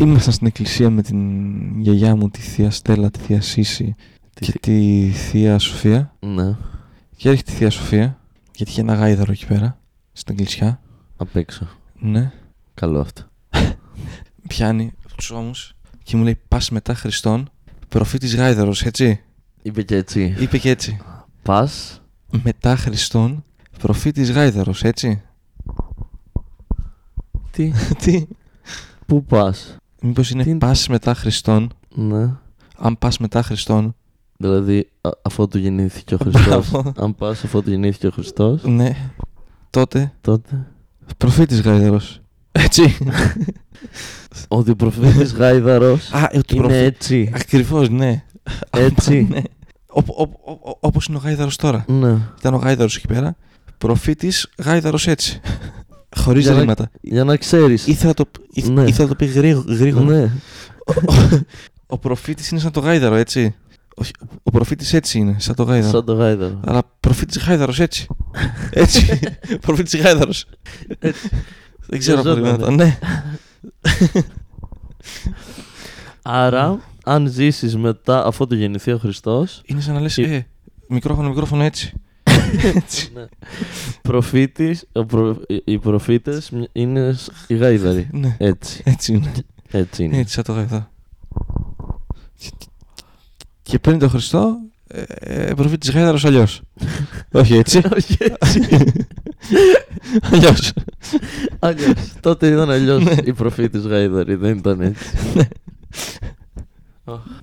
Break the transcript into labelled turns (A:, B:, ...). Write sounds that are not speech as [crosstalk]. A: Ήμασταν στην εκκλησία με την γιαγιά μου, τη θεία Στέλλα, τη θεία Σύση
B: Τι-
A: και τη θεία Σοφία.
B: Ναι,
A: Και έρχεται η θεία Σοφία, γιατί είχε ένα γάιδαρο εκεί πέρα, στην εκκλησιά.
B: απ' έξω.
A: Ναι.
B: Καλό αυτό.
A: Πιάνει τους ώμους και μου λέει: Πας μετά Χριστόν, προφήτης γάιδαρος, έτσι.
B: Είπε και έτσι.
A: Είπε και έτσι.
B: Πας.
A: Μετά Χριστόν, προφήτης γάιδαρος, έτσι. [laughs]
B: Τι.
A: Τι.
B: Πού πας.
A: Μήπως είναι
B: Τι-
A: πας μετά Χριστόν,
B: Ναι.
A: αν πας μετά Χριστόν.
B: Δηλαδή, α, αφότου γεννήθηκε ο Χριστός.
A: Μπράβο.
B: Αν πας αφότου γεννήθηκε ο Χριστός,
A: Ναι, τότε
B: τότε.
A: προφήτης γάιδαρος. Έτσι.
B: Ότι ο προφήτης Γάιδαρος
A: Α, ε, του
B: είναι
A: προφήτη.
B: έτσι.
A: Ακριβώς, ναι.
B: Έτσι.
A: ναι. Όπως είναι ο γάιδαρος τώρα.
B: Ναι.
A: Ήταν ο γάιδαρος εκεί πέρα. Προφήτης γάιδαρος έτσι. [laughs] Χωρίς
B: Για να-
A: ρήματα.
B: Για να ξέρεις.
A: Ήθελα το, ή-
B: Ναι.
A: ήθελα το πει γρήγο- γρήγορα.
B: Ναι.
A: Ο προφήτης είναι σαν το γάιδαρο, έτσι. Όχι, ο προφήτης έτσι είναι, σαν το γάιδαρο.
B: Σαν το Γάιδαρο.
A: Αλλά προφήτης γάιδαρος
B: [laughs]
A: έτσι. έτσι. προφήτης γάιδαρος. Δεν ξέρω πώ
B: Γεωζόταν,
A: είναι
B: ε.
A: αυτό. Ναι.
B: Άρα, αν ζήσεις μετά αφότου γεννηθεί ο Χριστός,
A: Είναι σαν να λες.
B: Ε.
A: Ε, μικρόφωνο, μικρόφωνο έτσι. έτσι.
B: προφήτης, ο προ- οι- οι προφήτες είναι σ- οι γάιδαροι.
A: ναι.
B: Έτσι.
A: Έτσι είναι.
B: Έτσι είναι.
A: Έτσι, σαν το γαϊδά. Και- Και πριν τον Χριστό, ε, ε, προφήτης γάιδαρος αλλιώς. [laughs] Όχι έτσι.
B: [laughs] Όχι έτσι.
A: [laughs] αλλιώς.
B: Αλλιώς. Τότε ήταν αλλιώς οι προφήτες γάιδαροι. Δεν ήταν έτσι. Αχ.